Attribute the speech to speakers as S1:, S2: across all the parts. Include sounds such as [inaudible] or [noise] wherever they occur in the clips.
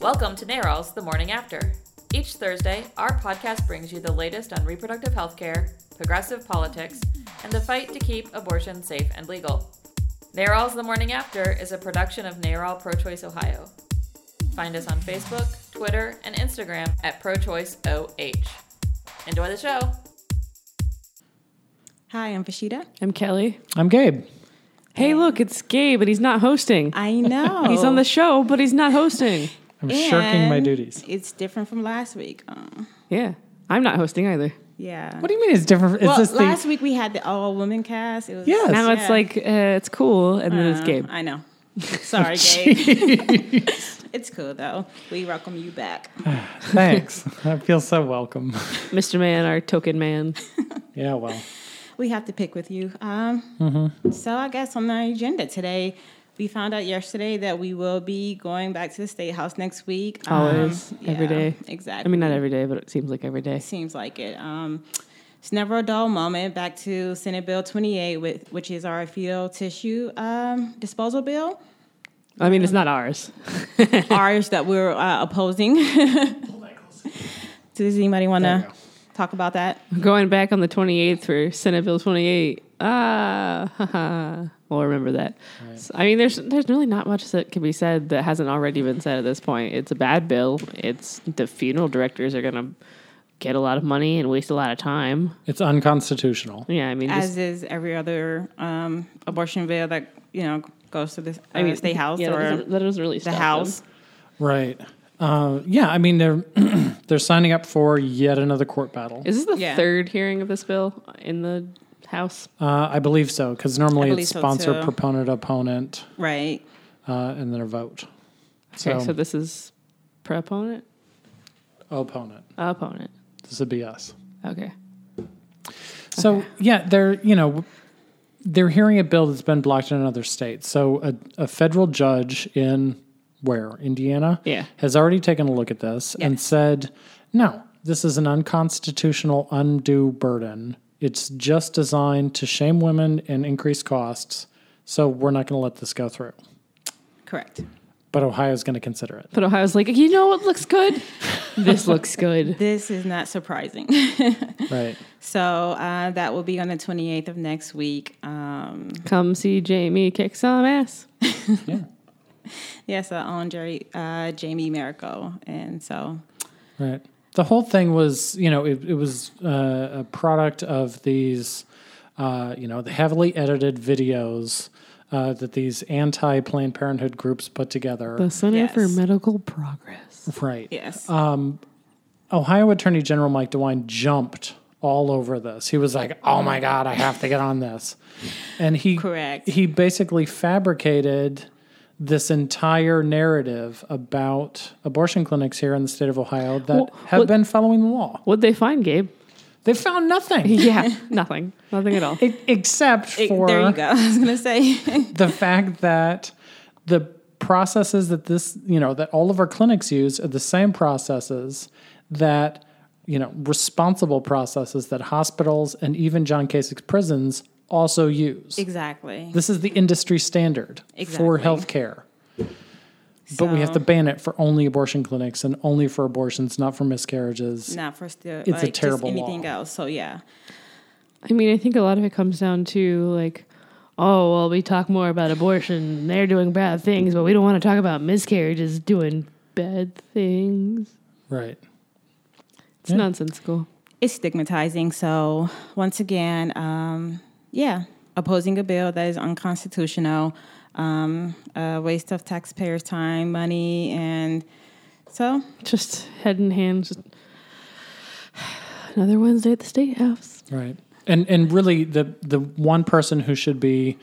S1: Welcome to NARAL's The Morning After. Each Thursday, our podcast brings you the latest on reproductive health care, progressive politics, and the fight to keep abortion safe and legal. NARAL's The Morning After is a production of NARAL Pro Choice Ohio. Find us on Facebook, Twitter, and Instagram at ProChoiceOH. Enjoy the show!
S2: Hi, I'm Fashida.
S3: I'm Kelly.
S4: I'm Gabe.
S3: Hey, look, it's Gabe, but he's not hosting.
S2: I know.
S3: He's on the show, but he's not hosting.
S4: I'm shirking my
S2: And
S4: duties.
S2: It's different from last week. Um,
S3: Yeah, I'm not hosting either.
S2: yeah.
S4: What do you mean it's different? Is
S2: well,
S4: this
S2: last
S4: the
S2: week we had the all woman cast. It was
S4: Yes.
S3: Now it's
S2: Yeah.
S3: like uh, it's cool, and then it's
S2: Um,
S3: Gabe.
S2: I know. [laughs] Sorry,
S4: [laughs]
S2: Gabe. it's cool though. We welcome you back.
S4: [laughs] thanks? [laughs] I feel so welcome. [laughs]
S3: Mr. Man, our token man.
S4: Yeah, well,
S2: We have to pick with you. Um,
S4: Mm-hmm.
S2: So I guess on the agenda today, we found out yesterday that we will be going back to the state house next week. Um,
S3: Always, every day.
S2: Exactly.
S3: I mean, not every day, but it seems like every day.
S2: Seems like it. Um, it's never a dull moment. Back to Senate Bill 28, with, which is our fetal tissue um, disposal
S3: [laughs]
S2: bill.
S3: I mean, it's not ours.
S2: Ours that we're uh, opposing. [laughs] Does anybody want
S4: There you
S2: to
S4: go.
S2: talk about that?
S3: Going back on the 28th for Senate Bill 28. Ah, haha. we'll remember that. So, I mean, there's there's really not much that can be said that hasn't already been said at this point. It's a bad bill. It's the funeral directors are gonna get a lot of money and waste a lot of time.
S4: it's unconstitutional.
S3: Yeah, I mean, just-
S2: As is every other um, abortion bill that you know goes to the uh,
S3: I mean,
S2: state house
S3: yeah, that
S2: or
S3: doesn't, that doesn't really
S2: the
S3: stop them.
S2: house.
S4: Right. Uh, yeah, I mean they're [clears throat] they're signing up for yet another court battle.
S3: Is this the
S2: Yeah.
S3: third hearing of this bill in the House?
S4: Uh, I believe so because normally
S2: believe
S4: it's
S2: so,
S4: sponsor,
S2: too.
S4: proponent, opponent,
S2: Right.
S4: uh, and then a vote.
S3: Okay,
S4: so,
S3: so this is proponent,
S4: opponent.
S3: opponent.
S4: This would be us.
S3: Okay,
S4: So yeah, they're you know they're hearing a bill that's been blocked in another state. So a, a federal judge in where Indiana
S3: Yeah.
S4: has already taken a look at this and said no, this is an unconstitutional undue burden. It's just designed to shame women and increase costs. So we're not going to let this go through.
S2: Correct.
S4: But Ohio's going to consider it.
S3: but Ohio's like, you know what
S2: [laughs]
S3: looks good? this looks good.
S2: This is not surprising. [laughs]
S4: Right.
S2: so uh, that will be on the 28th of next week. Um,
S3: Come see Jamie kick some ass.
S4: Yeah.
S2: Yes, uh, on Jerry, uh, Jamie Miracle. And so,
S4: Right. The whole thing was, you know, it, it was uh, a product of these, uh, you know, the heavily edited videos uh, that these anti Planned Parenthood groups put together.
S3: The Center for
S2: Yes.
S3: Medical Progress.
S4: right.
S2: yes.
S4: Ohio Attorney General Mike DeWine jumped all over this. He was like, "Oh my god, I have to get on this," and he
S2: Correct.
S4: He basically fabricated this entire narrative about abortion clinics here in the state of Ohio that
S3: Well,
S4: have
S3: what-
S4: been following the law.
S3: What'd they
S2: [laughs]
S3: find, Gabe?
S4: They found nothing.
S3: Yeah, [laughs] nothing. Nothing at all.
S4: E- except
S2: It-
S4: for
S2: there you go. [laughs] I was going to
S4: [laughs]
S2: say,
S4: the fact that the processes that this you know that all of our clinics use are the same processes that you know responsible processes that hospitals and even John Kasich's prisons also use.
S2: exactly.
S4: This is the industry standard for
S2: Exactly.
S4: healthcare. But we have to
S2: So,
S4: ban it for only abortion clinics and only for abortions, not for miscarriages.
S2: Not for still.
S4: a
S2: like, just
S4: terrible
S2: anything
S4: law.
S2: else. So, yeah.
S3: I mean, I think a lot of it comes down to like, oh, well, we talk more about abortion. They're doing bad things, but we don't want to talk about miscarriages doing bad things.
S4: Right.
S3: It's nonsensical.
S2: It's stigmatizing. So, once again, um, yeah, opposing a bill that is unconstitutional, um, a waste of taxpayers' time, money, and so
S3: Just head in hand. Just another Wednesday at the State House.
S4: Right. And and really the the one person who should be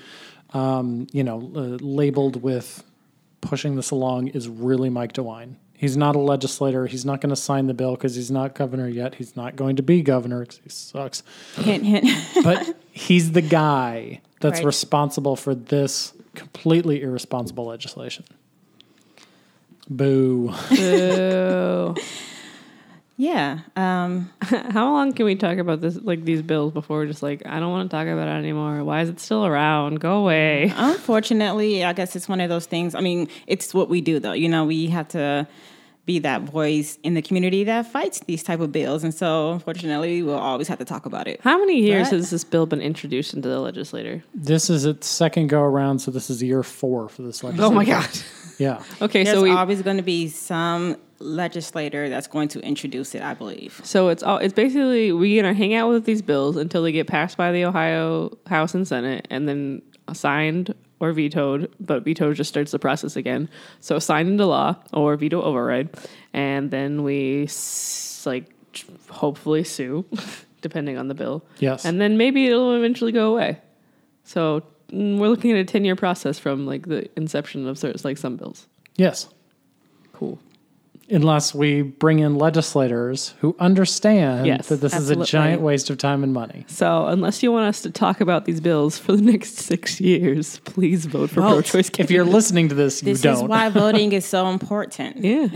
S4: um, you know uh, labeled with pushing this along is really Mike DeWine. He's not a legislator. He's not going to sign the bill because he's not governor yet. He's not going to be governor 'cause he sucks.
S2: hint, [laughs] hint.
S4: But he's the guy that's
S2: Right.
S4: responsible for this completely irresponsible legislation. Boo.
S3: Boo.
S2: yeah. Um,
S3: [laughs] How long can we talk about this, like these bills, before we're just like, I don't want to talk about it anymore. Why is it still around? Go away.
S2: Unfortunately, I guess it's one of those things. I mean, it's what we do, though. You know, we have to be that voice in the community that fights these type of bills. And so, unfortunately, we'll always have to talk about it.
S3: How many years
S2: But-
S3: has this bill been introduced into the legislature?
S4: This is its second go around, so this is year four for this legislation.
S3: Oh my god.
S4: Yeah.
S3: [laughs] Okay,
S2: There's
S3: so we
S2: always going to be some legislator that's going to introduce it, I believe.
S3: so it's all it's basically we gonna hang out with these bills until they get passed by the Ohio House and Senate and then signed or vetoed, but veto just starts the process again. So signed into law or veto override, and then we s- like hopefully sue, [laughs] depending on the bill.
S4: Yes.
S3: and then maybe it'll eventually go away. So mm, we're looking at a ten year process from like the inception of certain like some bills.
S4: Yes.
S3: Cool.
S4: Unless we bring in legislators who understand
S3: Yes,
S4: that this
S3: absolutely.
S4: is a giant waste of time and money.
S3: So, unless you want us to talk about these bills for the next six years, please vote for pro choice
S4: If you're listening to this, you
S2: This
S4: don't.
S2: is why voting is so important.
S3: [laughs] Yeah.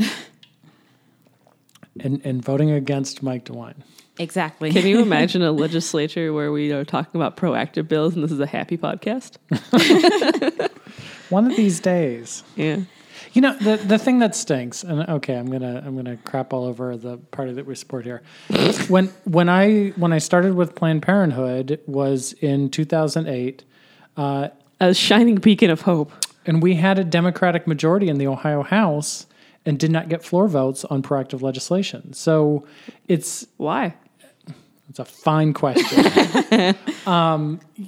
S4: and, and voting against Mike DeWine.
S2: Exactly.
S3: Can [laughs] you imagine a legislature where we are talking about proactive bills and this is a happy [laughs] podcast?
S4: One of these days.
S3: Yeah.
S4: You know the the thing that stinks, and okay, I'm gonna I'm gonna crap all over the party that we support here. when when I when I started with Planned Parenthood was in 2008,
S3: A shining beacon of hope.
S4: and we had a Democratic majority in the Ohio House, and did not get floor votes on proactive legislation. So it's
S3: Why?
S4: It's a fine question. um, y-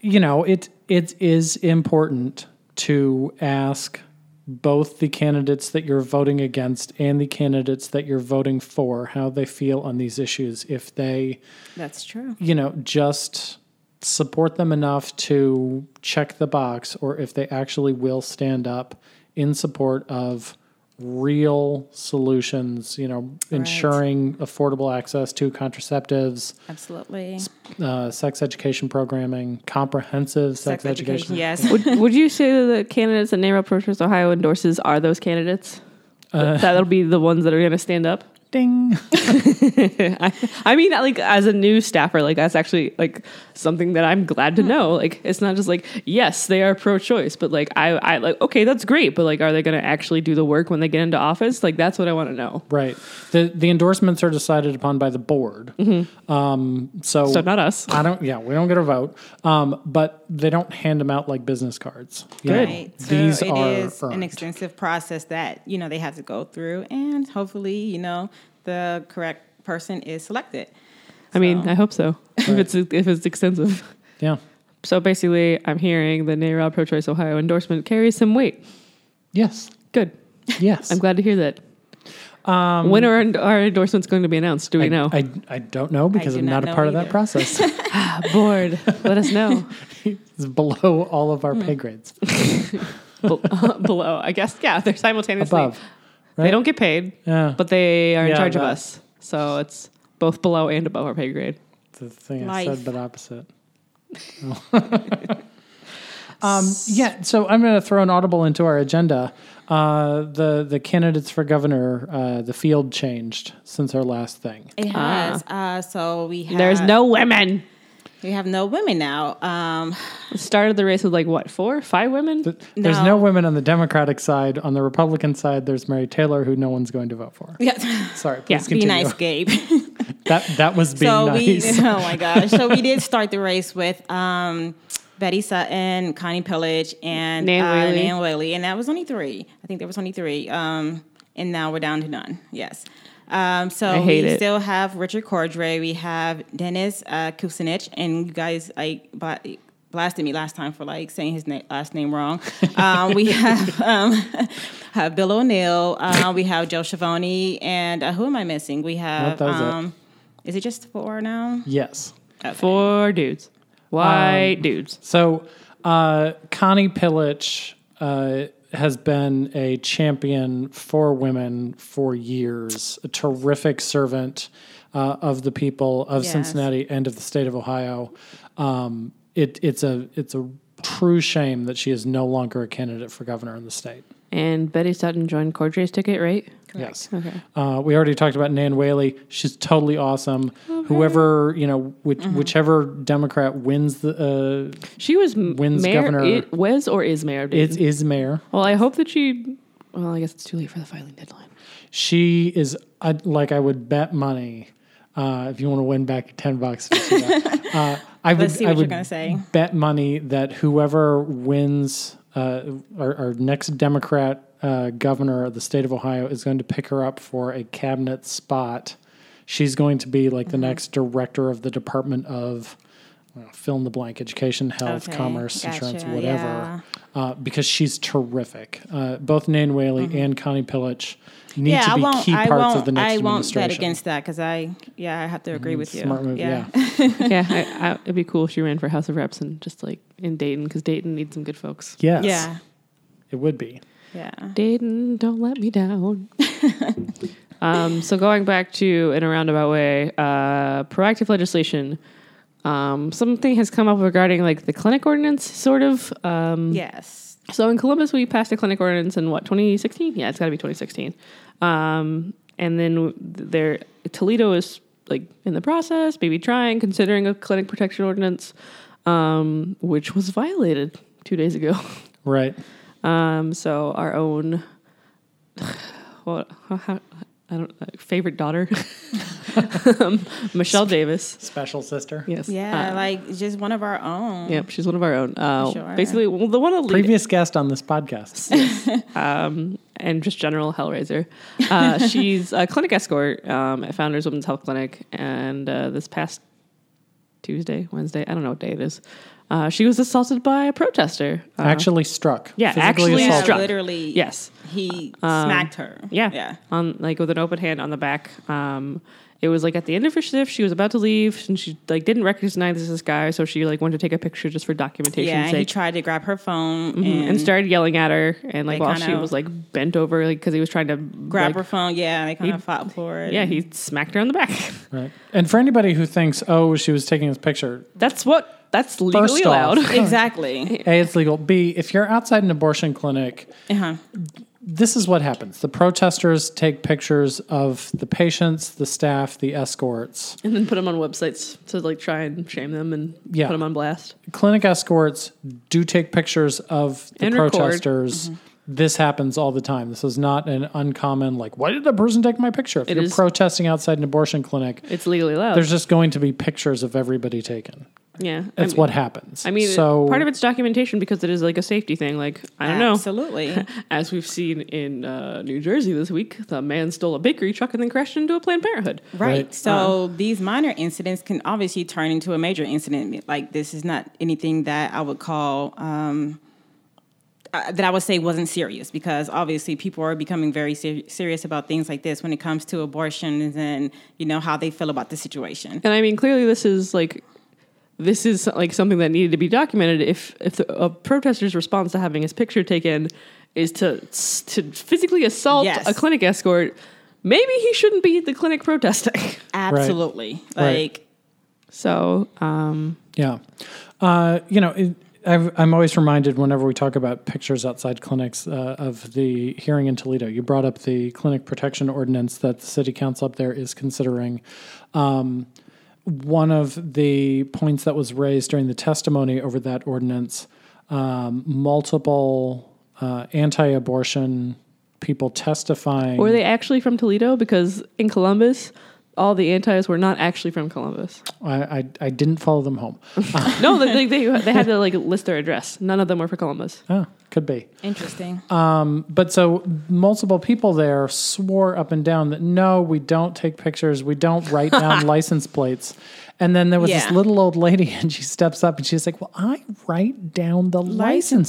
S4: you know, it it is important to ask both the candidates that you're voting against and the candidates that you're voting for how they feel on these issues. If they,
S2: That's true.
S4: you know, just support them enough to check the box, or if they actually will stand up in support of real solutions. You know, ensuring affordable access to contraceptives
S2: Absolutely.
S4: uh, sex education programming, comprehensive sex, education.
S2: Yes.
S3: Would, would you say that the candidates that NARA Pro Choice Ohio endorses are those candidates? That- That'll be the ones that are going to stand up.
S4: [laughs] Ding.
S3: I, I mean, like as a new staffer, like that's actually like something that I'm glad to know. Like it's not just like yes, they are pro-choice, but like I, I like okay, that's great, but like are they going to actually do the work when they get into office? Like that's what I want to know.
S4: Right. The the endorsements are decided upon by the board. Um, so,
S3: So not us.
S4: I don't. Yeah, we don't get a vote. Um, but they don't hand them out like business cards. You know,
S2: Right. So
S4: These
S2: it
S4: are
S2: is an
S4: earned.
S2: extensive process that, you know, they have to go through and hopefully, you know, the correct person is selected.
S3: I mean, I hope so. if it's if it's extensive.
S4: yeah.
S3: So basically, I'm hearing the NARA pro-choice Ohio endorsement carries some weight.
S4: Yes.
S3: Good.
S4: Yes.
S3: I'm glad to hear that. Um, when are our endorsements going to be announced? Do we
S4: I,
S3: know?
S4: I, I don't know because
S2: do
S4: I'm
S2: not
S4: not, a
S2: know
S4: part of that
S2: either.
S4: process.
S3: [laughs]
S4: [laughs]
S3: bored. Let us know.
S4: it's below all of our pay grades.
S3: Bel- [laughs] below. I guess yeah, they're simultaneously.
S4: Above.
S3: They don't get paid,
S4: Yeah.
S3: but they are in
S4: Yeah,
S3: charge of
S4: that-
S3: us. So it's both below and above our pay grade.
S4: the thing I
S2: Life.
S4: said, but opposite. [laughs] um, yeah, so I'm going to throw an audible into our agenda. Uh, the the candidates for governor, uh, the field changed since our last thing.
S2: It has. Uh, so we have
S3: ah. There's no women.
S2: we have no women now. [laughs] Um,
S3: Started the race with like what four, five women.
S4: Th- There's
S2: No.
S4: no women on the Democratic side. On the Republican side, there's Mary Taylor, who no one's going to vote for.
S2: yeah.
S4: Sorry, please
S3: Yeah,
S2: Be
S4: continue.
S2: nice, Gabe.
S3: [laughs]
S4: That that was being
S2: so [laughs]
S4: nice.
S2: we oh my gosh. So we
S4: [laughs]
S2: did start the race with um Betty Sutton, Connie Pillage, and
S3: Nan
S2: uh,
S3: Whaley.
S2: Nan Whaley, and that was only three. I think there was only three. Um, and now we're down to none. Yes. Um, so
S3: I hate
S2: we
S3: it.
S2: still have Richard Cordray. We have Dennis uh, Kucinich, and you guys like bla- blasted me last time for like saying his na- last name
S4: [laughs]
S2: wrong. Um, we have um, [laughs] have Bill O'Neill. Uh, we have Joe Schiavone, and uh, who am I missing? We have
S4: that was it.
S2: um, is it just four now?
S4: yes.
S3: Four dudes, white
S4: Um,
S3: dudes.
S4: So uh, Connie Pillich uh, has been a champion for women for years, a terrific servant uh, of the people of
S2: Yes.
S4: Cincinnati and of the state of Ohio. Um, it, it's a it's a true shame that she is no longer a candidate for governor in the state.
S3: And Betty Sutton joined Cordray's ticket, right?
S4: Yes.
S3: Okay.
S4: Uh, we already talked about Nan Whaley. She's totally awesome.
S3: Oh,
S4: Whoever you know, which,
S3: Mm-hmm.
S4: whichever Democrat wins the uh,
S3: She was m-
S4: Wins
S3: mayor.
S4: governor-
S3: It was or is mayor of Dayton.
S4: is is mayor.
S3: well, I hope that she Well, I guess it's too late for the filing deadline.
S4: She is I, like I would bet money. Uh, if you want to win back ten bucks, let's
S2: [laughs]
S4: do that. uh, I would.
S2: Let's see
S4: I
S2: what you're
S4: would
S2: gonna say.
S4: Bet money that whoever wins uh, our, our next Democrat uh, governor of the state of Ohio is going to pick her up for a cabinet spot. She's going to be
S2: Mm-hmm.
S4: like the next director of the Department of I don't know, fill in the blank, education, health,
S2: Okay,
S4: commerce, insurance,
S2: gotcha,
S4: whatever
S2: yeah.
S4: uh, because she's terrific. Uh, both Nan Whaley
S2: Mm-hmm.
S4: and Connie Pillich need
S2: yeah,
S4: to
S2: I
S4: be
S2: won't.
S4: key
S2: I
S4: parts
S2: won't.
S4: of the next
S2: I won't
S4: administration. Mm,
S2: bet against that because I, yeah, I have to agree with you.
S4: Smart move, yeah.
S3: [laughs]
S2: [laughs]
S3: yeah, I, I, it'd be cool if she ran for House of Reps and just like in Dayton because Dayton needs some good folks.
S4: Yes,
S2: yeah,
S4: it would be.
S2: yeah.
S3: Dayton, don't let me down. [laughs] um, so going back to in a roundabout way, uh, proactive legislation. Um, something has come up regarding like the clinic ordinance, sort of. Um,
S2: Yes.
S3: So in Columbus, we passed a clinic ordinance in what 2016? Yeah, it's got to be 2016. Um, and then there, Toledo is like in the process, maybe trying, considering a clinic protection ordinance, um, which was violated two days ago. [laughs]
S4: Right.
S3: Um, so our own, [sighs] well, [laughs] how, how- I don't uh, favorite daughter, [laughs] um, Michelle Davis.
S4: Special sister.
S3: Yes.
S2: Yeah,
S3: Uh,
S2: like just one of our own.
S3: yep. She's one of our own. Uh,
S2: Sure.
S3: Basically, well, the one that lead-
S4: Previous guest on this podcast.
S3: and just general Hellraiser.
S2: [laughs]
S3: Uh, she's a clinic escort um, at Founders Women's Health Clinic, and uh, this past Tuesday, Wednesday, I don't know what day it is, uh, she was assaulted by a protester. Uh,
S4: actually struck.
S3: yeah,
S4: Physically
S3: actually
S2: Uh-huh. Yeah,
S4: assaulted.
S3: struck.
S2: literally.
S3: yes,
S2: He smacked her.
S3: yeah,
S2: Um, Yeah.
S3: on like with an open hand on the back. Um, it was like at the end of her shift, she was about to leave, and she like didn't recognize this guy, so she like went to take a picture just for documentation
S2: Yeah, and he
S3: sake.
S2: tried to grab her phone
S4: Mm-hmm.
S3: and,
S2: and,
S3: started yelling at her, and like
S2: They
S3: while
S2: kinda-
S3: she was like bent over, like because he was trying to
S2: grab
S3: like,
S2: her phone. Yeah, they kind
S3: He-
S2: of fought for it.
S3: Yeah, he smacked her on the back. [laughs]
S4: Right. And for anybody who thinks, oh, she was taking this picture,
S3: That's what. That's legally
S4: off-
S3: allowed. [laughs]
S4: [laughs]
S2: exactly.
S4: A, it's legal. B, if you're outside an abortion clinic,
S2: Uh-huh.
S4: this is what happens. The protesters take pictures of the patients, the staff, the escorts.
S3: And then put them on websites to like try and shame them and
S4: Yeah.
S3: put them on blast.
S4: clinic escorts do take pictures of the
S3: And record. Mm-hmm.
S4: protesters. This happens all the time. This is not an uncommon like why did that person take my picture? If
S3: It
S4: you're
S3: is-
S4: protesting outside an abortion clinic,
S3: It's legally allowed.
S4: there's just going to be pictures of everybody taken.
S3: yeah,
S4: That's
S3: I mean,
S4: what happens.
S3: I mean,
S4: so
S3: part of it's documentation because it is like a safety thing. Like I don't know.
S2: Absolutely.
S4: [laughs]
S3: [laughs] As we've seen in uh, New Jersey this week, the man stole a bakery truck and then crashed into a Planned Parenthood.
S2: Right. So
S4: Uh-huh.
S2: these minor incidents can obviously turn into a major incident. Like this is not anything that I would call um, uh, that I would say wasn't serious because obviously people are becoming very ser- serious about things like this when it comes to abortions and you know how they feel about the situation.
S3: And I mean, clearly, this is like this is like something that needed to be documented. If if the, a protester's response to having his picture taken is to to physically assault
S2: Yes.
S3: a clinic escort, maybe he shouldn't be at the clinic protesting. [laughs]
S2: Absolutely.
S4: Right.
S2: Like
S3: So, um,
S4: Yeah. Uh, you know, it, I've, I'm always reminded whenever we talk about pictures outside clinics uh, of the hearing in Toledo. You brought up the clinic protection ordinance that the city council up there is considering. Um, one of the points that was raised during the testimony over that ordinance, um, multiple uh, anti abortion people testifying.
S3: were they actually from Toledo? Because in Columbus, all the antis were not actually from Columbus.
S4: I, I, I didn't follow them home.
S3: no, they, they they had to like list their address. None of them were from Columbus.
S4: Oh, could be.
S2: interesting.
S4: Uh, But so multiple people there swore up and down that no, we don't take pictures, we don't
S2: [laughs]
S4: write down license plates. And then there was this
S2: Yeah.
S4: little old lady, and she steps up and she's like, "Well, I write down the license,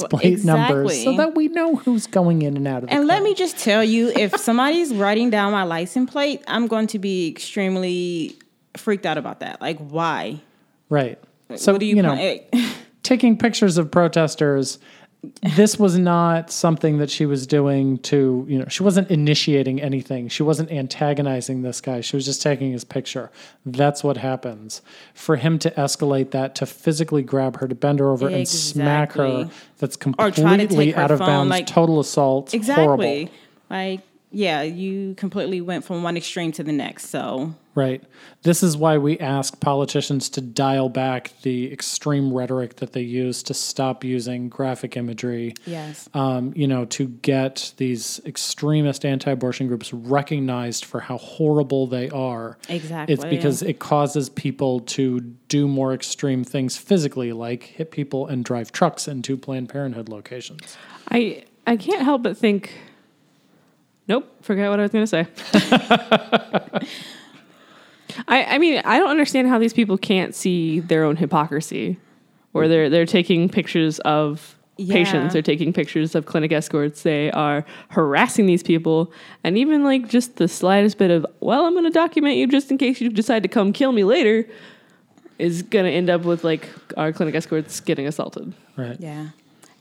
S2: License pla-
S4: plate numbers so
S2: Exactly.
S4: that we know who's going in and out of." The
S2: And
S4: car."
S2: let me just tell you, if somebody's writing down my license plate, I'm going to be extremely freaked out about that. Like, why?
S4: right. So
S2: what do you, eh,
S4: know,
S2: plan-
S4: taking pictures of protesters. This was not something that she was doing to, you know, she wasn't initiating anything. She wasn't antagonizing this guy. She was just taking his picture. That's what happens. For him to escalate that to physically grab her, to bend her over and smack her,
S2: Exactly.
S4: that's
S2: try to take
S4: completely
S2: her
S4: out of
S2: phone,
S4: bounds,
S2: like-
S4: total assault.
S2: Exactly.
S4: Horrible.
S2: Like yeah, you completely went from one extreme to the next. So
S4: Right. This is why we ask politicians to dial back the extreme rhetoric that they use to stop using graphic imagery.
S2: yes,
S4: Um, you know, to get these extremist anti abortion groups recognized for how horrible they are.
S2: Exactly,
S4: It's because it causes people to do more extreme things physically, like hit people and drive trucks into Planned Parenthood locations.
S3: I I can't help but think. Nope, forgot what I was going to say. I I mean I don't understand how these people can't see their own hypocrisy, where they're they're taking pictures of patients,
S2: Yeah.
S3: they're taking pictures of clinic escorts, they are harassing these people, and even like just the slightest bit of well I'm going to document you just in case you decide to come kill me later, is going to end up with like our clinic escorts getting assaulted.
S4: Right.
S2: yeah.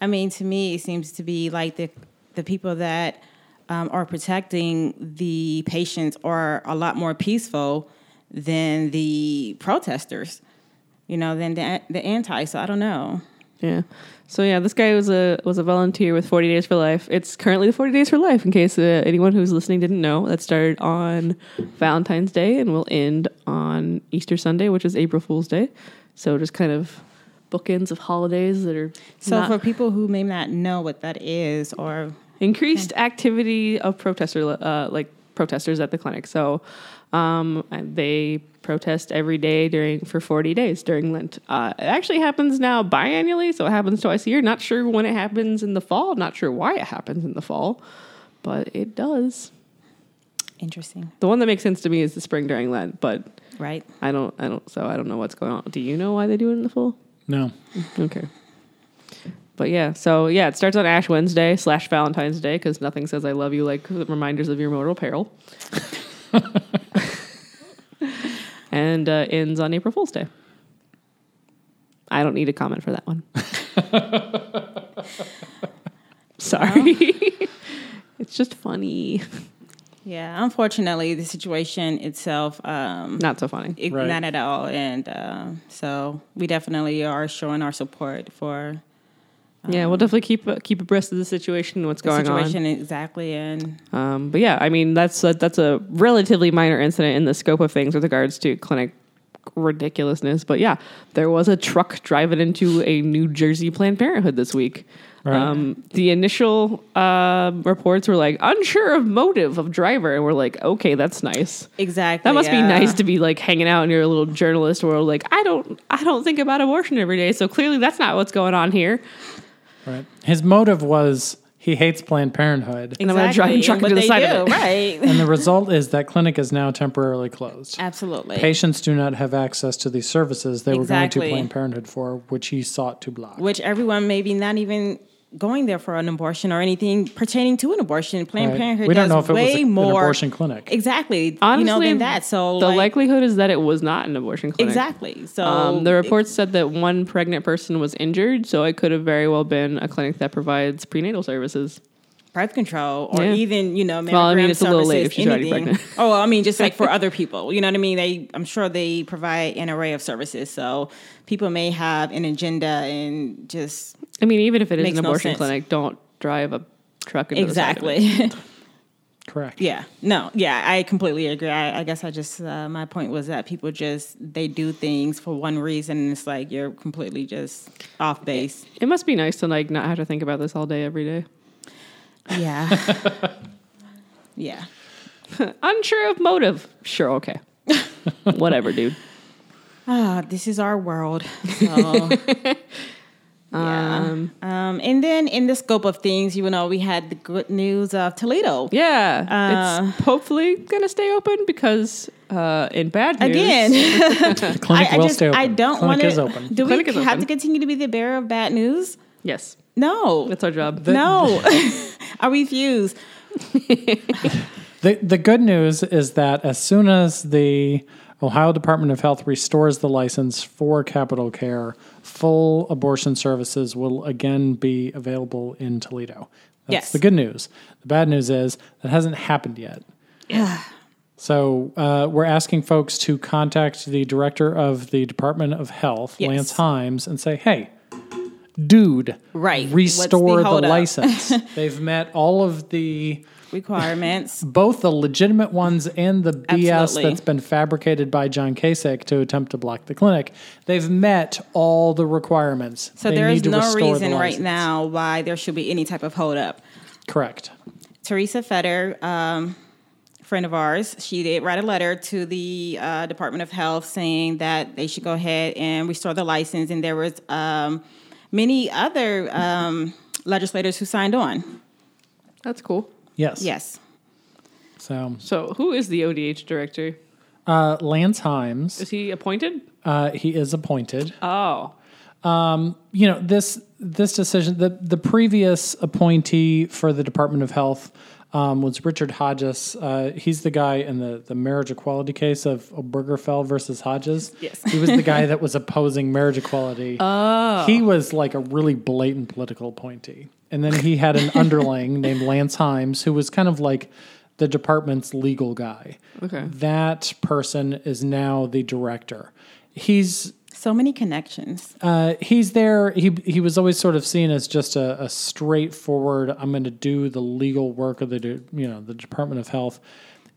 S2: I mean, to me, it seems to be like the the people that um, are protecting the patients are a lot more peaceful than the protesters. You know, than the the anti. So I don't know.
S3: Yeah. So yeah, this guy was a was a volunteer with 40 Days for Life. It's currently the 40 Days for Life. In case uh, anyone who's listening didn't know, that started on Valentine's Day and will end on Easter Sunday, which is April Fool's Day. So just kind of bookends of holidays that are
S2: So
S3: not-
S2: for people who may not know what that is, or
S3: increased activity of protester uh, like protesters at the clinic. So um, and they protest every day during for 40 days during Lent. Uh, it actually happens now biannually, so it happens twice a year. Not sure when it happens in the fall. Not sure why it happens in the fall, but it does.
S2: interesting,
S3: The one that makes sense to me is the spring during Lent, but
S2: right?
S3: I don't, I don't, so I don't know what's going on. Do you know why they do it in the fall?
S4: No.
S3: Okay. But yeah, so yeah, it starts on Ash Wednesday slash Valentine's Day because nothing says I love you like reminders of your mortal [laughs] peril. and uh, ends on April Fool's Day. I don't need a comment for that [laughs] one. Sorry. [laughs] it's just funny.
S2: Yeah, unfortunately, the situation itself, um,
S3: Not so funny.
S2: it,
S4: Right.
S2: not at all. And uh, so we definitely are showing our support for
S3: yeah, we'll definitely keep uh, keep abreast of the situation and what's
S2: the
S3: going on.
S2: situation exactly. And
S3: Um, but yeah, I mean that's a, that's a relatively minor incident in the scope of things with regards to clinic ridiculousness. But yeah, there was a truck driving into a New Jersey Planned Parenthood this week. Um, the initial uh, reports were like unsure of motive of driver, and we're like, okay, that's nice.
S2: exactly. uh,
S3: That must
S2: yeah.
S3: be nice to be like hanging out in your little journalist world. Like, I don't, I don't think about abortion every day, so clearly that's not what's going on here.
S4: Right. His motive was he hates Planned Parenthood.
S3: And I'm gonna drive and
S2: Exactly,
S3: chuck
S2: and
S3: into the
S2: what
S3: side
S2: they
S3: of
S2: do,
S3: it. [laughs]
S2: Right.
S4: And the result is that clinic is now temporarily closed.
S2: Absolutely.
S4: Patients do not have access to these services they were
S2: Exactly.
S4: going to Planned Parenthood for, which he sought to block.
S2: Which everyone maybe not even going there for an abortion or anything pertaining to an abortion. Planned
S4: Right.
S2: Parenthood
S4: we don't
S2: does
S4: know if it was
S2: way
S4: a- an
S2: more
S4: abortion clinic.
S2: exactly, you
S3: Honestly,
S2: know, than that. So
S3: the
S2: like,
S3: likelihood is that it was not an abortion clinic.
S2: exactly. So
S3: Um, the
S2: it-
S3: reports said that one pregnant person was injured, so it could have very well been a clinic that provides prenatal services.
S2: birth control or
S3: Yeah.
S2: even you know mammogram
S3: Well, I mean, it's a little
S2: services,
S3: late if she's already
S2: anything.
S3: pregnant.
S2: oh, well, I mean, just like
S3: [laughs]
S2: for other people, you know what I mean? They, I'm sure they provide an array of services, so people may have an agenda and just
S3: I mean, even if it is
S2: Makes
S3: an
S2: no
S3: abortion
S2: sense.
S3: clinic, don't drive a truck into The side of
S2: exactly. [laughs]
S4: Correct.
S2: yeah, no, yeah, I completely agree. I, I guess I just uh, my point was that people just they do things for one reason, and it's like you're completely just off base.
S3: it. it must be nice to like not have to think about this all day every day.
S2: Yeah,
S3: [laughs]
S2: yeah.
S3: Unsure of motive.
S2: [laughs]
S3: Sure, okay, whatever, dude.
S2: Ah, this is our
S4: [laughs]
S2: world.
S4: Oh.
S2: [laughs] So. yeah. Um, and then in the scope of things, you know, we had the good news of Toledo.
S3: Yeah,
S2: Uh,
S3: it's hopefully gonna stay open because uh, in bad news
S2: Again,
S4: The clinic
S2: I, I
S4: will
S2: just
S4: stay open.
S2: I don't
S4: clinic
S2: want
S4: is
S2: to.
S4: open.
S2: Do
S3: Clinic
S2: we
S3: is
S2: have
S3: open.
S2: to continue to be the bearer of bad news?
S3: [laughs] Yes,
S2: No,
S3: that's our job.
S2: no, [laughs]
S4: [laughs]
S2: I refuse.
S4: The, the good news is that as soon as the Ohio Department of Health restores the license for Capital Care, full abortion services will again be available in Toledo. That's
S2: Yes.
S4: the good news. The bad news is that hasn't happened yet. So uh, we're asking folks to contact the director of the Department of Health,
S2: Yes.
S4: Lance Himes, and say, hey, dude,
S2: Right. What's the
S4: restore the,
S2: holdup? [laughs]
S4: license. They've met all of the
S2: Requirements.
S4: both the legitimate ones and the BS
S2: Absolutely.
S4: that's been fabricated by John Kasich to attempt to block the clinic. They've met all the requirements.
S2: So
S4: They
S2: there is
S4: need to
S2: no
S4: restore the
S2: reason right
S4: license.
S2: now why there should be any type of holdup.
S4: Correct.
S2: Teresa Fetter, um, friend of ours, she did write a letter to the uh, Department of Health saying that they should go ahead and restore the license, and there was um, many other um, legislators who signed on.
S3: That's cool.
S4: Yes.
S2: Yes,
S4: So
S3: So, who is the ODH director?
S4: uh, Lance Himes,
S3: Is he appointed?
S4: uh, he is appointed.
S3: Oh,
S4: you know this this decision the the previous appointee for the Department of Health um, was Richard Hodges. Uh, he's the guy in the the marriage equality case of Obergefell versus Hodges.
S3: Yes.
S4: he was
S3: [laughs]
S4: the guy that was opposing marriage equality. Oh, he was like a really blatant political appointee, and then he had an
S3: [laughs]
S4: underling named Lance Himes, who was kind of like the department's legal guy.
S3: Okay.
S4: that person is now the director. He's
S2: so many connections.
S4: uh, he's there. He he was always sort of seen as just a, a straightforward. I'm going to do the legal work of the de- you know the Department of Health.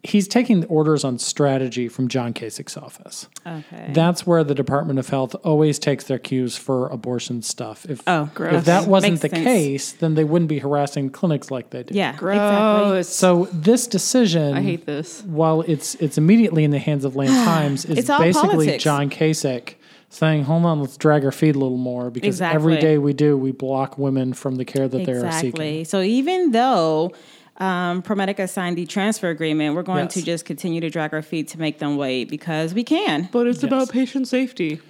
S4: He's taking the orders on strategy from John Kasich's office.
S2: Okay.
S4: That's where the Department of Health always takes their cues for abortion stuff. If
S2: Oh,
S4: if
S2: gross.
S4: that wasn't
S2: Makes
S4: the
S2: sense.
S4: case, then they wouldn't be harassing clinics like they do.
S2: yeah, exactly.
S3: gross.
S4: So this decision,
S3: I hate this.
S4: while it's it's immediately in the
S2: [sighs]
S4: hands of Lance Himes, is
S2: It's all
S4: basically
S2: politics.
S4: John Kasich saying, "Hold on, let's drag our feet a little more because every
S2: Exactly.
S4: day we do, we block women from the care that they're seeking."
S2: Exactly. So even though um, Prometica signed the transfer agreement, we're going
S4: Yes.
S2: to just continue to drag our feet to make them wait because we can.
S3: But it's
S4: about
S3: about patient safety.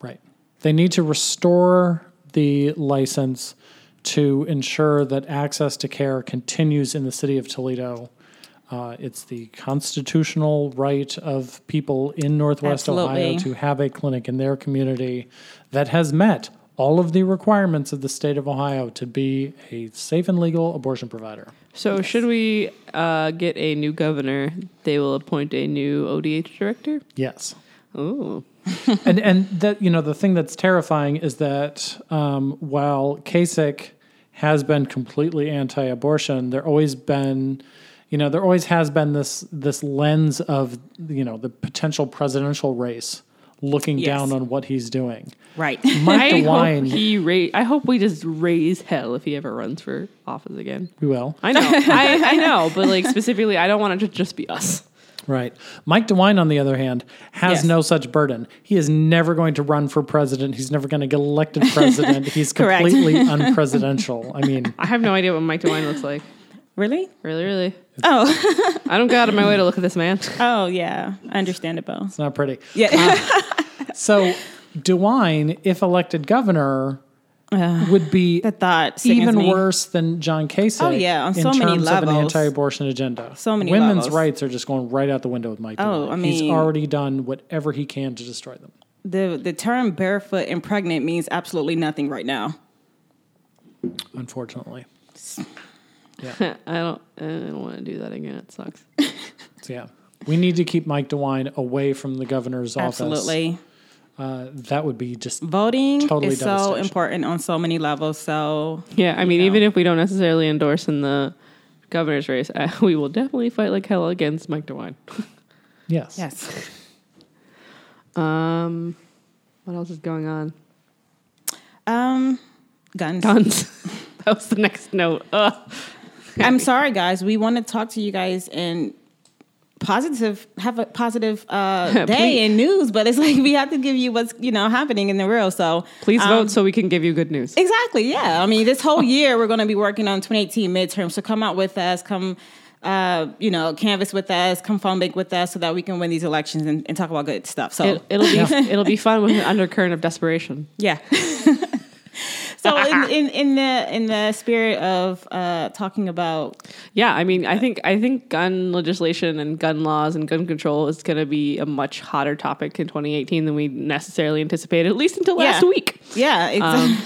S4: Right. They need to restore the license to ensure that access to care continues in the city of Toledo. Uh, it's the constitutional right of people in Northwest Ohio
S2: Absolutely.
S4: to have a clinic in their community that has met all of the requirements of the state of Ohio to be a safe and legal abortion provider.
S3: So, should we uh, get a new governor? They will appoint a new ODH director.
S4: Yes.
S3: Oh,
S4: and and that you know the thing that's terrifying is that um, while Kasich has been completely anti-abortion, there always been, you know, there always has been this this lens of you know the potential presidential race looking
S2: Yes.
S4: down on what he's doing.
S2: Right.
S4: Mike
S3: I hope
S4: DeWine,
S3: he ra- I hope we just raise hell if he ever runs for office again.
S4: we will.
S3: I know, [laughs] I, I [laughs] know, but like specifically, I don't want it to just be us.
S4: Right. Mike DeWine, on the other hand, has
S2: Yes.
S4: no such burden. He is never going to run for president. He's never going to get elected president. He's
S2: Correct.
S4: completely unpresidential. I mean,
S3: I have no idea what Mike DeWine looks like.
S2: [laughs] really?
S3: Really, really.
S2: Oh,
S3: I don't go out of my way to look at this [laughs] man.
S2: oh yeah. Understandable.
S4: it's not pretty.
S2: Yeah. [laughs]
S4: So DeWine, if elected governor, would be
S2: the thought sickens
S4: even
S2: me.
S4: worse than John Kasich.
S2: Oh, yeah, on
S4: in
S2: so many
S4: terms of an
S2: levels.
S4: anti-abortion agenda.
S2: So many
S4: women's
S2: levels.
S4: rights are just going right out the window with Mike.
S2: Oh,
S4: DeWine.
S2: I
S4: he's
S2: mean-
S4: already done whatever he can to destroy them.
S2: The the term barefoot and pregnant means absolutely nothing right now.
S4: Unfortunately,
S3: I don't. I don't want to do that again. It sucks.
S4: so yeah, we need to keep Mike DeWine away from the governor's office.
S2: Absolutely.
S4: Absolutely, that would be just
S2: Voting
S4: Totally
S2: is so
S4: devastation.
S2: important on so many levels. So
S3: Yeah, I mean,
S2: know.
S3: even if we don't necessarily endorse in the governor's race, [laughs] uh, we will definitely fight like hell against Mike DeWine.
S4: yes,
S2: yes.
S3: Um, what else is going on?
S2: Um guns.
S3: Guns. [laughs] that was the next note. Ugh.
S2: [laughs] I'm sorry guys. We want to talk to you guys and positive have a positive uh
S3: Please.
S2: day in news, but it's like we have to give you what's you know happening in the real. So
S3: Please
S2: um,
S3: vote so we can give you good news.
S2: Exactly. Yeah. I mean, this whole year we're going to be working on 2018 midterms. So come out with us. Come, uh, you know, canvas with us. Come phone bank with us so that we can win these elections and, and talk about good stuff. So
S3: It, it'll be [laughs] it'll be fun with an undercurrent of desperation.
S2: yeah. [laughs] so in, in in the in the spirit of uh, talking about
S3: Yeah, I mean, I think I think gun legislation and gun laws and gun control is going to be a much hotter topic in 2018 than we necessarily anticipated, at least until last
S2: Yeah.
S3: week.
S2: yeah, it's,
S3: Um,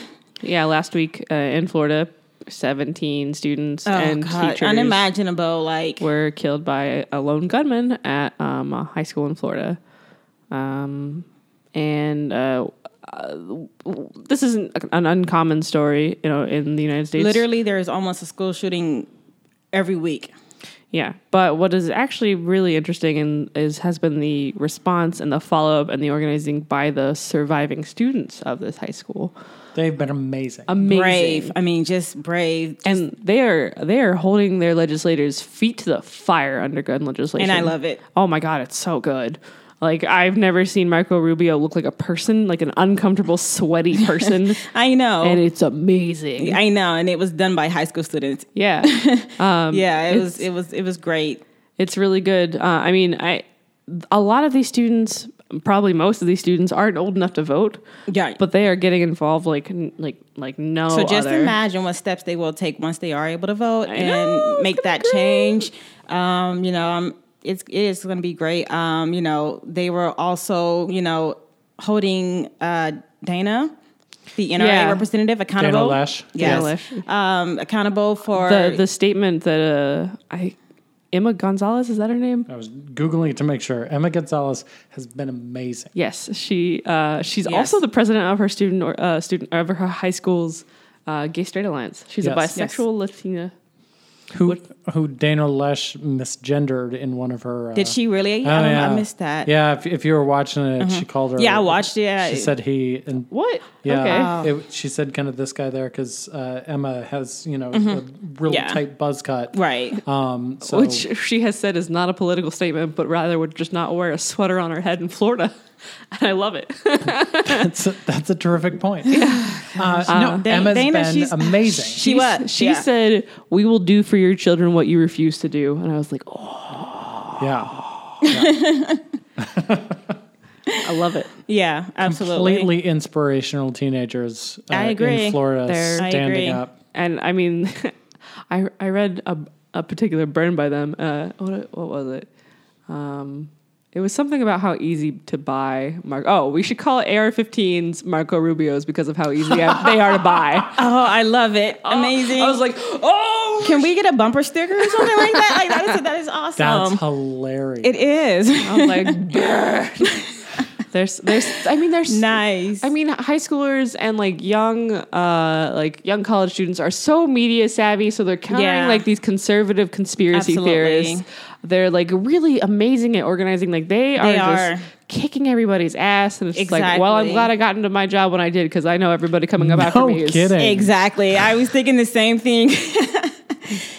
S3: yeah, last week uh, in Florida, 17 students
S2: oh,
S3: and
S2: God,
S3: teachers
S2: unimaginable. Like
S3: were killed by a lone gunman at um, a high school in Florida. Um, and uh, this isn't an uncommon story, you know, in the United States.
S2: Literally, there is almost a school shooting every week.
S3: Yeah, but what is actually really interesting and is has been the response and the follow up and the organizing by the surviving students of this high school.
S4: They've been amazing.
S3: Amazing.
S2: Brave. I mean, just brave.
S3: And they are they are holding their legislators' feet to the fire under gun legislation.
S2: And I love it.
S3: Oh my god, it's so good. Like I've never seen Marco Rubio look like a person, like an
S2: [laughs]
S3: uncomfortable, sweaty person,
S2: I know.
S3: and it's amazing.
S2: I know. And it was done by high school students.
S3: Yeah,
S2: [laughs]
S3: Um,
S2: yeah, it was. It was. It was great.
S3: it's really good. Uh, I mean, I a lot of these students, probably most of these students, aren't old enough to vote.
S2: Yeah.
S3: but they are getting involved like n- like like no
S2: So just
S3: other.
S2: imagine what steps they will take once they are able to vote and
S3: know, it's
S2: make
S3: gonna
S2: that
S3: be great.
S2: change. Um, you know, um, it's it is going to be great. Um, you know, they were also you know holding uh, Dana, the NRA
S3: Yeah.
S2: representative, accountable.
S4: Lash.
S2: Yes.
S3: Dana Lash.
S2: Um, accountable for
S3: the the statement that uh I Emma Gonzalez is that her name?
S4: I was googling it to make sure. Emma Gonzalez has been amazing.
S3: Yes, she uh she's
S2: Yes.
S3: also the president of her student or uh, student of her high school's uh, gay straight alliance. She's a
S4: Yes.
S2: Yes.
S3: bisexual Latina.
S4: Who who Dana Lesh misgendered in one of her? Uh,
S2: Did she really? I,
S4: Oh,
S2: don't-
S4: yeah.
S2: I missed that. Mm-hmm.
S4: Yeah, if, if you were watching it, she called her.
S2: Yeah, I watched it.
S4: She said he and
S3: What?
S4: yeah,
S3: Okay.
S4: it- she said kind of this guy there because uh, Emma has you know a real
S2: Mm-hmm. Yeah.
S4: tight buzz cut.
S2: Right.
S3: Uh,
S4: Um, so
S3: Which she has said is not a political statement, but rather would just not wear a sweater on her head in Florida. [laughs] And I love it.
S4: [laughs] that's a, that's a terrific
S2: [laughs]
S4: point. Uh, no,
S2: Dana-
S4: Emma's
S2: Dana,
S4: been
S2: she's-
S4: amazing.
S2: [laughs] She was.
S3: She
S2: yeah.
S3: said, "We will do for your children what you refuse to do." And I was like, "Oh,
S4: yeah,
S3: I love it."
S2: Yeah, absolutely.
S4: completely inspirational teenagers. Uh,
S2: I agree.
S4: In Florida,
S3: They're-
S2: I agree.
S4: standing up.
S3: and I mean, [laughs] I I read a a particular burn by them. Uh, what what was it? Um, it was something about how easy to buy Marco. Oh, we should call it AR-15s Marco Rubios because of how easy I- they are to buy. [laughs]
S2: Oh, I love it. [laughs] Amazing.
S3: I was like, oh,
S2: Can we get a bumper sticker or something like that? Like that is that is awesome.
S4: That's hilarious.
S2: Um, it is
S3: I'm like, "Brr." [laughs] there's there's I mean there's
S2: nice.
S3: I mean, high schoolers and like young, uh, like young college students are so media savvy, so they're countering
S2: Yeah.
S3: like these conservative conspiracy
S2: Absolutely.
S3: theorists. They're like really amazing at organizing. Like they are,
S2: They are.
S3: just kicking everybody's ass, and it's just like, well, I'm
S2: Exactly.
S3: glad I got into my job when I did because I know everybody coming up after
S4: No
S3: me. is-
S4: kidding.
S2: exactly. I was thinking the same thing. [laughs]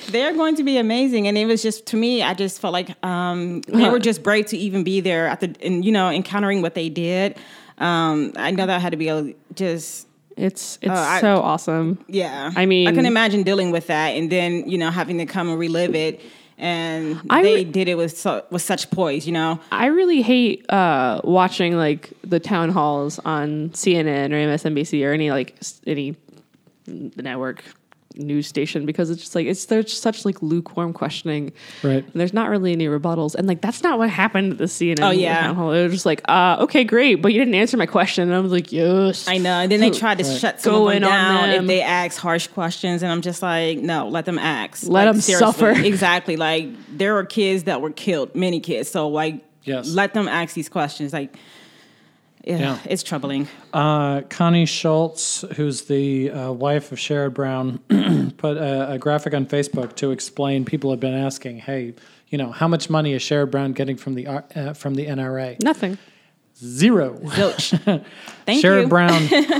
S2: They're going to be amazing, and it was just to me. I just felt like um, they were just brave to even be there at the and you know encountering what they did. Um, I know that had to be a, just
S3: It's it's
S2: Uh, I-
S3: so awesome.
S2: yeah.
S3: I mean-
S2: I can imagine dealing with that, and then you know having to come and relive it. And
S3: I
S2: they
S3: re-
S2: did it with so, with such poise, you know.
S3: I really hate uh, watching like the town halls on CNN or MSNBC or any like s- any network news station because it's just like it's there's such like lukewarm questioning.
S4: Right.
S3: And there's not really any rebuttals, and like that's not what happened at the CNN.
S2: Oh, yeah.
S3: town hall. It was just like, uh, okay, great, but you didn't answer my question. And I was like, yes,
S2: I know. And then they tried to shut some of
S3: Go
S2: them
S3: in on
S2: down
S3: them.
S2: if they ask harsh questions. And I'm just like, no, let them ask.
S3: Let
S2: Like,
S3: them suffer.
S2: Exactly. Like there were kids that were killed, many kids. So like,
S4: Yes.
S2: let them ask these questions. Like, yeah,
S4: Yeah.
S2: it's troubling.
S4: Uh, Connie Schultz, who's the uh, wife of Sherrod Brown, [clears throat] put a, a graphic on Facebook to explain. People have been asking, "Hey, you know, how much money is Sherrod Brown getting from the R- uh, from the NRA?"
S3: nothing.
S4: Zero.
S2: Zilch. Thank
S4: Sherrod
S2: you.
S4: Brown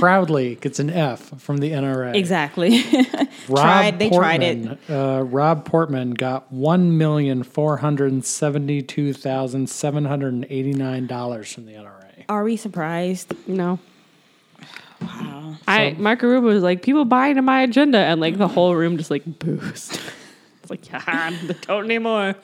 S2: [laughs]
S4: proudly gets an F from the NRA.
S2: Exactly. [laughs]
S4: Rob
S2: tried- they tried it.
S4: Portman, Uh, Rob Portman got one million four hundred seventy two thousand seven hundred eighty nine dollars from the NRA.
S2: Are we surprised?
S3: No. Wow. I Mark Aruba was like, people buy into my agenda, and like the whole room just like boost. [laughs] it's like, [laughs] yeah, don't anymore.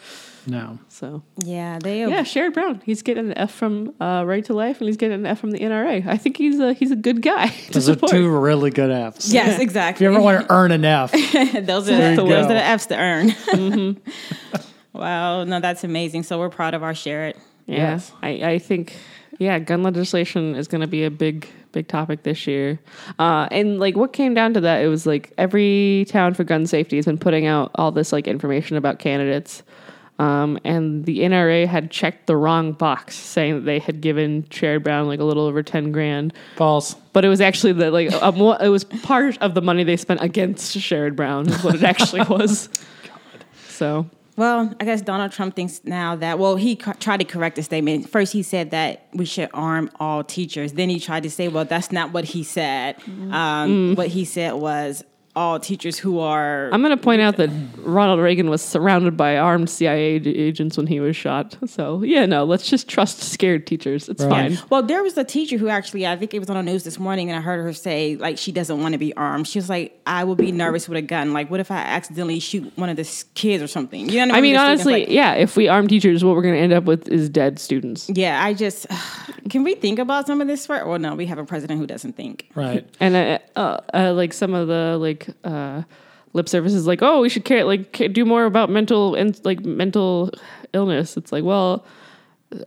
S4: No.
S3: So
S2: Yeah,
S4: Oh.
S2: they. [laughs]
S3: yeah, Sherrod Brown, he's getting an F from uh, Right to Life, and he's getting an F from the NRA. I think he's a he's a good guy. [laughs] to
S4: Those are
S3: support.
S4: two really good Fs.
S2: Yes,
S4: If you
S2: exactly. [laughs]
S4: ever want to earn an F,
S2: those are
S4: There
S2: the,
S4: you
S2: those are
S4: go.
S2: the F's to earn. [laughs] wow, no, that's amazing. So we're proud of our Sherrod.
S3: Yeah,
S4: Yes.
S3: I, I think yeah, gun legislation is going to be a big big topic this year. Uh, and like what came down to that, it was like every town for gun safety has been putting out all this like information about candidates. Um, and the NRA had checked the wrong box, saying that they had given Sherrod Brown like a little over ten grand,
S4: False.
S3: but it was actually the like a, mo- it was part of the money they spent against Sherrod Brown is what it actually was. So
S2: Well, I guess Donald Trump thinks now that, well, he co- tried to correct the statement. First, he said that we should arm all teachers. Then he tried to say, well, that's not what he said.
S3: Mm-hmm. Mm.
S2: Um, What he said was all teachers who are.
S3: I'm going to point out that Ronald Reagan was surrounded by armed CIA ag- agents when he was shot. So, yeah, no, let's just trust scared teachers. It's
S4: Right.
S3: fine.
S2: well, there was a teacher who actually, I think it was on the news this morning, and I heard her say, like, she doesn't want to be armed. She was like, I would be nervous with a gun. Like, what if I accidentally shoot one of the s- kids or something? You know what
S3: I
S2: I mean?
S3: mean,
S2: The students,
S3: honestly,
S2: like-
S3: yeah, if we arm teachers, what we're going to end up with is dead students.
S2: yeah, I just, [sighs] can we think about some of this for, or no, we have a president who doesn't think.
S4: Right.
S3: And uh, uh, uh, like some of the like uh, lip service is like, oh, we should care, like ca- do more about mental and like mental illness. It's like, well,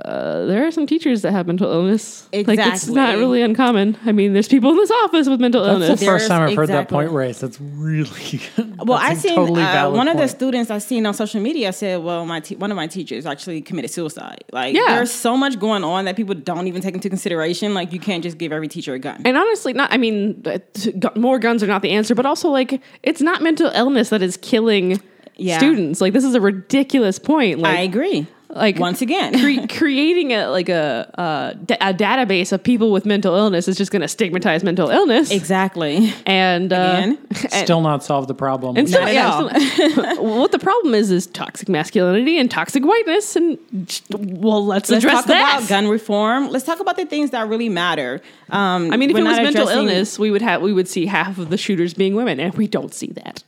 S3: uh, there are some teachers that have mental illness. Like it's not
S2: Exactly.
S3: really uncommon. I mean, there's people in this office with mental
S4: That's
S3: illness.
S4: the
S2: There's-
S4: first time I've heard that
S2: exactly.
S4: point raised. That's really [laughs]
S2: Well,
S4: that's
S2: I
S4: a
S2: seen
S4: totally
S2: uh,
S4: valid
S2: one of the
S4: point.
S2: students I seen on social media said, "Well, my te- one of my teachers actually committed suicide." Like,
S3: Yeah.
S2: there's so much going on that people don't even take into consideration. Like, you can't just give every teacher a gun.
S3: And honestly, not. I mean, uh, t- gu- more guns are not the answer, but also like it's not mental illness that is killing
S2: Yeah.
S3: students. Like this is a ridiculous point. Like
S2: I agree.
S3: like
S2: Once again,
S3: [laughs] cre- creating a like a uh, d- a database of people with mental illness is just going to stigmatize mental illness.
S2: exactly.
S3: and uh,
S2: Again.
S3: and-
S4: still not solved the
S3: [laughs]
S4: problem.
S3: and still,
S2: Not at
S3: yeah,
S2: all.
S3: still- [laughs] what the problem is is toxic masculinity and toxic whiteness, and just- well, let's,
S2: Let's
S3: address
S2: talk
S3: that.
S2: about gun reform. Let's talk about the things that really matter. Um,
S3: I mean, if
S2: we're
S3: it was
S2: not
S3: mental
S2: addressing-
S3: illness, we would have we would see half of the shooters being women, and we don't see that.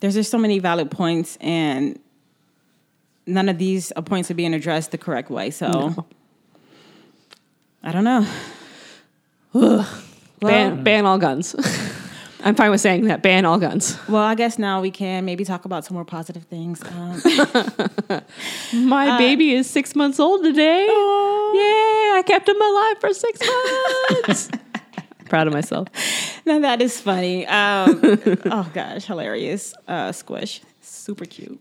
S2: there's just so many valid points, and none of these uh, points are being addressed the correct way. So, I don't know. Well-
S3: ban ban all guns. [laughs] I'm fine with saying that. Ban all guns.
S2: Well, I guess now we can maybe talk about some more positive things. Um, [laughs]
S3: My baby is six months old today. Yay! I kept him alive for six months. Proud of myself.
S2: now that is funny. Um, [laughs] oh gosh, hilarious. Uh, squish, super cute.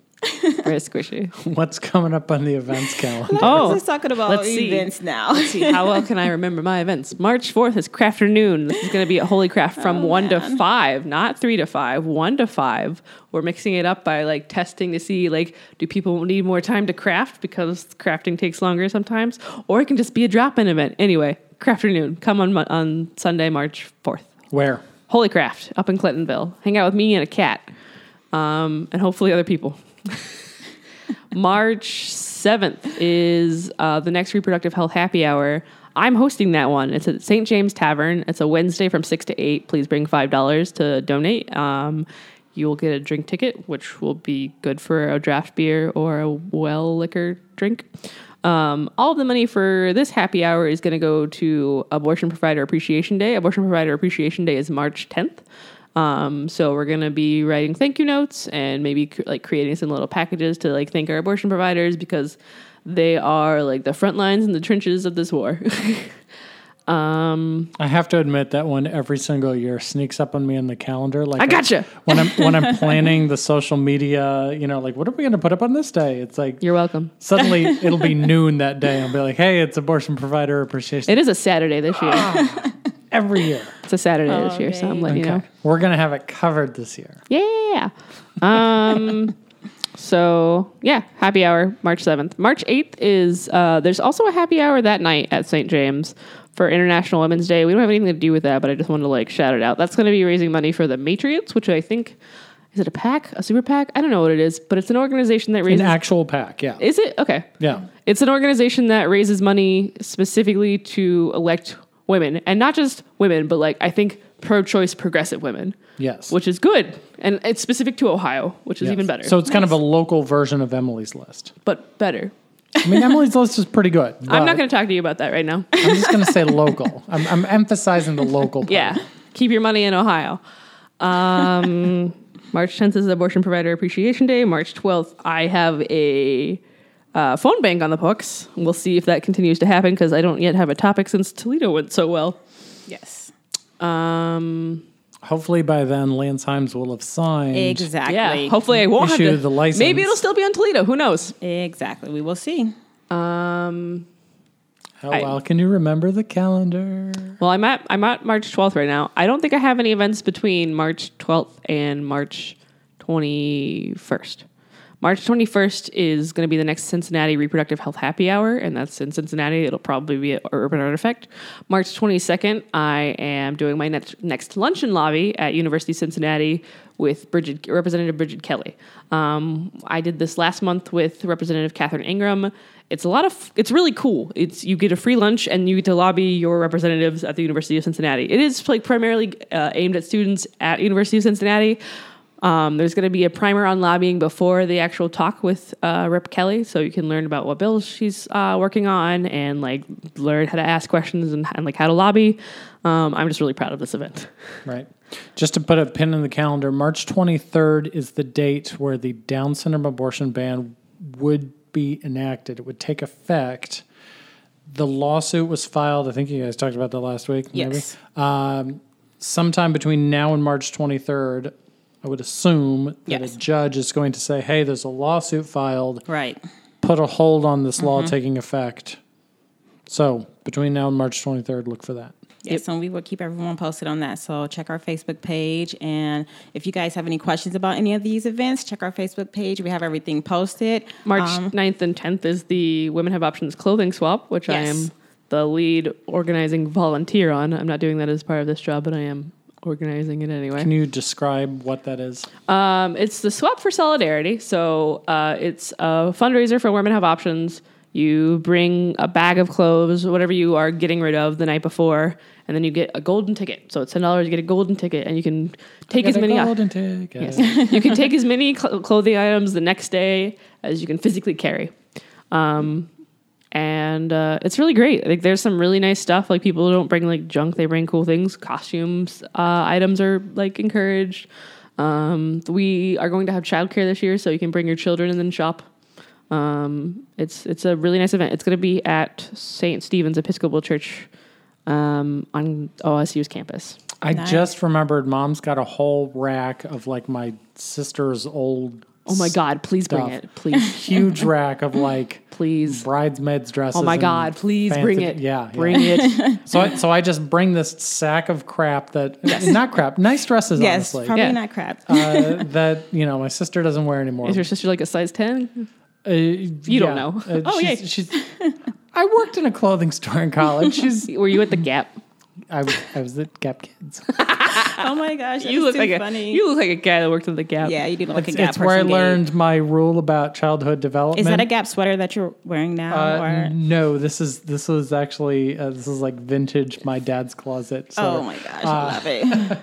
S3: Very squishy.
S4: [laughs] What's coming up on the events calendar?
S3: [laughs] Oh,
S2: let's just talking about
S3: let's see.
S2: events now.
S3: Let's see, how well can I remember my events? March 4th is Crafternoon. This is going to be at Holy Craft from 1 to 5, not 3 to 5, 1 to 5. We're mixing it up by like testing to see like do people need more time to craft because crafting takes longer sometimes or it can just be a drop-in event. Anyway, Crafternoon, come on Mon- on Sunday, March 4th.
S4: Where?
S3: Holy Craft up in Clintonville. Hang out with me and a cat, um, and hopefully other people. March 7th is uh, the next reproductive health happy hour. I'm hosting that one. It's at St. James Tavern. It's a Wednesday from 6 to 8. Please bring $5 to donate. Um, you will get a drink ticket, which will be good for a draft beer or a well liquor drink. Um, all of the money for this happy hour is going to go to Abortion Provider Appreciation Day. Abortion Provider Appreciation Day is March 10th. Um, so we're gonna be writing thank you notes and maybe cr- like creating some little packages to like thank our abortion providers because they are like the front lines and the trenches of this war. [laughs] um,
S4: I have to admit that one every single year sneaks up on me in the calendar. Like
S3: I gotcha.
S4: when I'm when I'm planning the social media, you know, like what are we going to put up on this day? It's like
S3: You're welcome.
S4: suddenly it'll be noon that day. I'll be like, hey, it's abortion provider appreciation
S3: It is a Saturday this [gasps] year.
S4: every year.
S3: It's a Saturday this year, so I'm letting you know.
S4: We're gonna have it covered this year.
S3: Yeah. Um, so yeah, happy hour March seventh. March eighth is uh, there's also a happy hour that night at St. James for International Women's Day. We don't have anything to do with that, but I just wanted to like shout it out. That's going to be raising money for the Matriots, which I think is it a pack, a super pack? I don't know what it is, but it's an organization that
S4: An
S3: raises.
S4: actual pack, yeah,
S3: is it okay?
S4: yeah.
S3: It's an organization that raises money specifically to elect women, and not just women, but like I think pro-choice progressive women
S4: Yes.
S3: which is good, and it's specific to Ohio, which is
S4: Yes.
S3: even better.
S4: So it's kind of a local version of Emily's List.
S3: but better.
S4: I mean, Emily's List is pretty good.
S3: [laughs] I'm
S4: but
S3: not going to talk to you about that right
S4: [laughs]
S3: now.
S4: I'm just going to say local. I'm, I'm emphasizing the local.
S3: [laughs]
S4: Part.
S3: yeah, keep your money in Ohio. Um, [laughs] March 10th is Abortion Provider Appreciation Day. March 12th, I have a uh, phone bank on the books. We'll see if that continues to happen because I don't yet have a topic since Toledo went so well.
S2: yes.
S3: Um,
S4: Hopefully by then Lance Himes will have signed.
S2: Exactly.
S3: Yeah. Hopefully, I won't
S4: Issue
S3: have to-
S4: the license.
S3: Maybe it'll still be on Toledo. Who knows?
S2: Exactly. We will see.
S3: Um,
S4: How
S3: I-
S4: well can you remember the calendar?
S3: well, I'm at I'm at March 12th right now. I don't think I have any events between March 12th and March 21st. March 21st is going to be the next Cincinnati Reproductive Health Happy Hour, and that's in Cincinnati. It'll probably be at Urban Artifact. March 22nd, I am doing my next, next luncheon lobby at University of Cincinnati with Bridget, Representative Bridget Kelly. Um, I did this last month with Representative Catherine Ingram. It's a lot of, it's really cool. It's you get a free lunch and you get to lobby your representatives at the University of Cincinnati. It is like primarily uh, aimed at students at University of Cincinnati. Um, there's going to be a primer on lobbying before the actual talk with uh, Rep Kelly, so you can learn about what bills she's uh, working on and like learn how to ask questions and, and like how to lobby. Um, I'm just really proud of this event.
S4: Right. Just to put a pin in the calendar, March 23rd is the date where the Down syndrome abortion ban would be enacted. It would take effect. The lawsuit was filed. I think you guys talked about that last week.
S2: Yes.
S4: Maybe. Um, sometime between now and March 23rd, I would assume that
S2: Yes.
S4: a judge is going to say, "Hey, there's a lawsuit filed.
S2: Right.
S4: Put a hold on this
S3: Mm-hmm.
S4: law taking effect." So between now and March 23rd, look for that.
S2: Yes, and we will keep everyone posted on that. So check our Facebook page. And if you guys have any questions about any of these events, check our Facebook page. We have everything posted.
S3: March
S2: Um,
S3: 9th and 10th is the Women Have Options clothing swap, which I
S2: Yes.
S3: am the lead organizing volunteer on. I'm not doing that as part of this job, but I am organizing it anyway.
S4: Can you describe what that is?
S3: Um, it's the Swap for Solidarity. So uh, it's a fundraiser for Women Have Options. You bring a bag of clothes, whatever you are getting rid of the night before, and then you get a golden ticket. So it's ten dollars. You get a golden ticket, and you can take as
S4: Get a
S3: many.
S4: golden ticket.
S3: Yes. you can take as many cl- clothing items the next day as you can physically carry. Um, and uh, it's really great. Like, there's some really nice stuff. Like, people don't bring like junk; they bring cool things. Costumes, uh, items are like encouraged. Um, we are going to have childcare this year, so you can bring your children and then shop. Um, it's it's a really nice event. It's going to be at St. Stephen's Episcopal Church um, on OSU's campus.
S4: I
S2: Nice.
S4: just remembered mom's got a whole rack of like my sister's old
S3: Oh my
S4: s-
S3: God! Please bring
S4: Stuff.
S3: it, please,
S4: huge rack of like
S3: [laughs]
S4: [laughs]
S3: please.
S4: bridesmaids dresses.
S3: Oh my
S4: and
S3: God! Please
S4: fancy-
S3: bring it.
S4: Yeah. yeah.
S3: bring
S2: [laughs]
S3: it.
S4: So I, so I just bring this sack of crap that not crap, nice dresses
S2: yes,
S4: honestly.
S2: probably
S3: Yeah.
S2: not crap.
S3: [laughs]
S4: uh, that you know my sister doesn't wear anymore.
S3: Is your sister like a size ten?
S4: Uh, you
S3: don't know. Oh,
S4: she's,
S3: yay.
S4: She's, I worked in a clothing store in
S2: [laughs]
S4: college. She's
S3: Were you at the Gap?
S4: I, was- I was at Gap Kids.
S2: oh my gosh,
S3: you look like
S2: funny.
S3: a you look like a guy that worked at the Gap.
S2: yeah, you do look like a
S4: it's
S2: gap.
S4: it's where I
S2: person, Gabe.
S4: learned my rule about childhood development.
S2: Is that a gap sweater that you're wearing now?
S4: Uh,
S2: or
S4: no, this is this was actually uh, this is like vintage my dad's closet. So,
S2: oh my gosh, I love it.
S3: uh,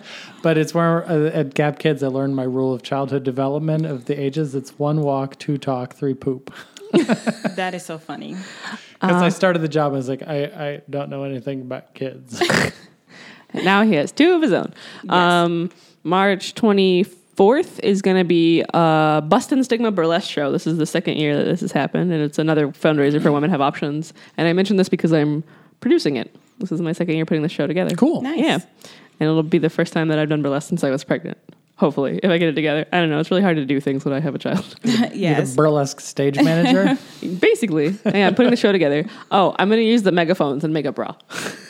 S4: But it's where uh, at Gap Kids I learned my rule of childhood development of the ages. It's one walk, two talk, three poop.
S2: [laughs] that is so
S3: [laughs]
S2: funny.
S4: Because I started the job, I was like, I, I don't know anything about kids.
S3: Now he has two of his own. Um, March twenty fourth is going to be a Bust and Stigma burlesque show. This is the second year that this has happened, and it's another fundraiser for Women Have Options. And I mentioned this because I'm producing it. This is my second year putting this show together.
S4: cool.
S2: Nice.
S3: Yeah. And it'll be the first time that I've done burlesque since I was pregnant. Hopefully, if I get it together. I don't know. It's really hard to do things when I have a child.
S4: You're
S2: [laughs] yes.
S4: the burlesque stage manager.
S3: Basically, yeah, I'm putting the show together. Oh, I'm going to use the megaphones and make a bra,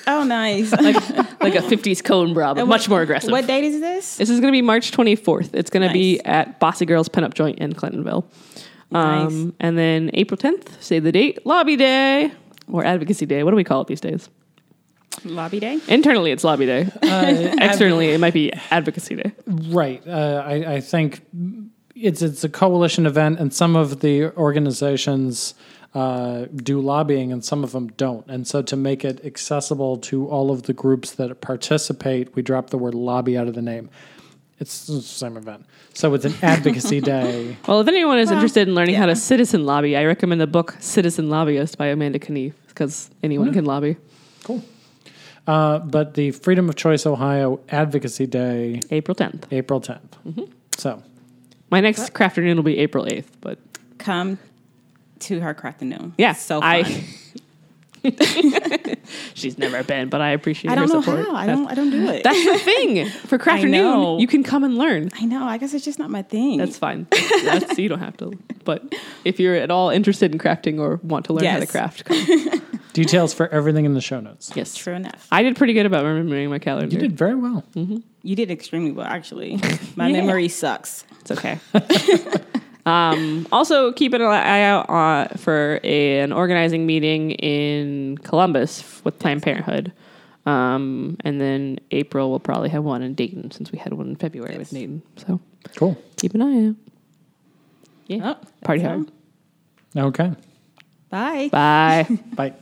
S2: oh, nice.
S3: [laughs] like a 50s cone bra, but much more
S2: [laughs]
S3: aggressive.
S2: What date is this?
S3: This is going to be March 24th. It's going to be
S2: Nice.
S3: at Bossy Girls Pinup Joint in Clintonville. Um,
S2: Nice.
S3: And then April 10th, say the date, Lobby Day or Advocacy Day. What do we call it these days?
S2: Lobby day.
S3: Internally, it's
S2: [laughs]
S3: Lobby Day.
S4: Uh,
S3: Externally, it might be Advocacy Day.
S4: Right. Uh, I, I think it's it's a coalition event, and some of the organizations uh, do lobbying, and some of them don't. And so, to make it accessible to all of the groups that participate, we drop the word lobby out of the name. It's the same event, so it's an advocacy day.
S3: Well, if anyone is interested in learning how to citizen lobby, I recommend the book Citizen Lobbyist by Amanda Knieve because anyone
S2: Hmm.
S3: can lobby.
S4: Cool. Uh, but the Freedom of Choice Ohio Advocacy Day,
S3: April 10th.
S4: April 10th. So
S3: My next craft afternoon will be April 8th, but
S2: Come to her craft noon.
S3: yeah.
S2: So fun.
S3: I [laughs] She's never been, but I appreciate
S2: I
S3: her
S2: don't know
S3: support.
S2: how. I
S3: That's-
S2: don't. I don't do it.
S3: That's
S2: [laughs]
S3: the thing for craft
S2: know.
S3: noon. You can come and learn.
S2: I know. I guess it's just not my thing. [laughs]
S3: That's fine. That's, you don't have to. But if you're at all interested in crafting or want to learn how to
S2: Yes. [laughs]
S3: craft,
S4: Details for everything in the show notes.
S3: yes,
S2: true enough.
S3: I did pretty good about remembering my calendar.
S4: You did very well.
S2: You did extremely well,
S3: [laughs]
S2: actually. My
S3: Yeah.
S2: memory sucks.
S3: It's okay. um, also, keep an eye out uh, for a, an organizing meeting in Columbus f- with Planned Parenthood. Um, and then April will probably have one in Dayton since we had one in February with Dayton. So
S4: Cool.
S3: keep an eye out. Yeah.
S2: Oh,
S3: Party
S2: that's all.
S3: hard.
S4: Okay.
S2: Bye. [laughs]
S3: Bye.
S4: Bye.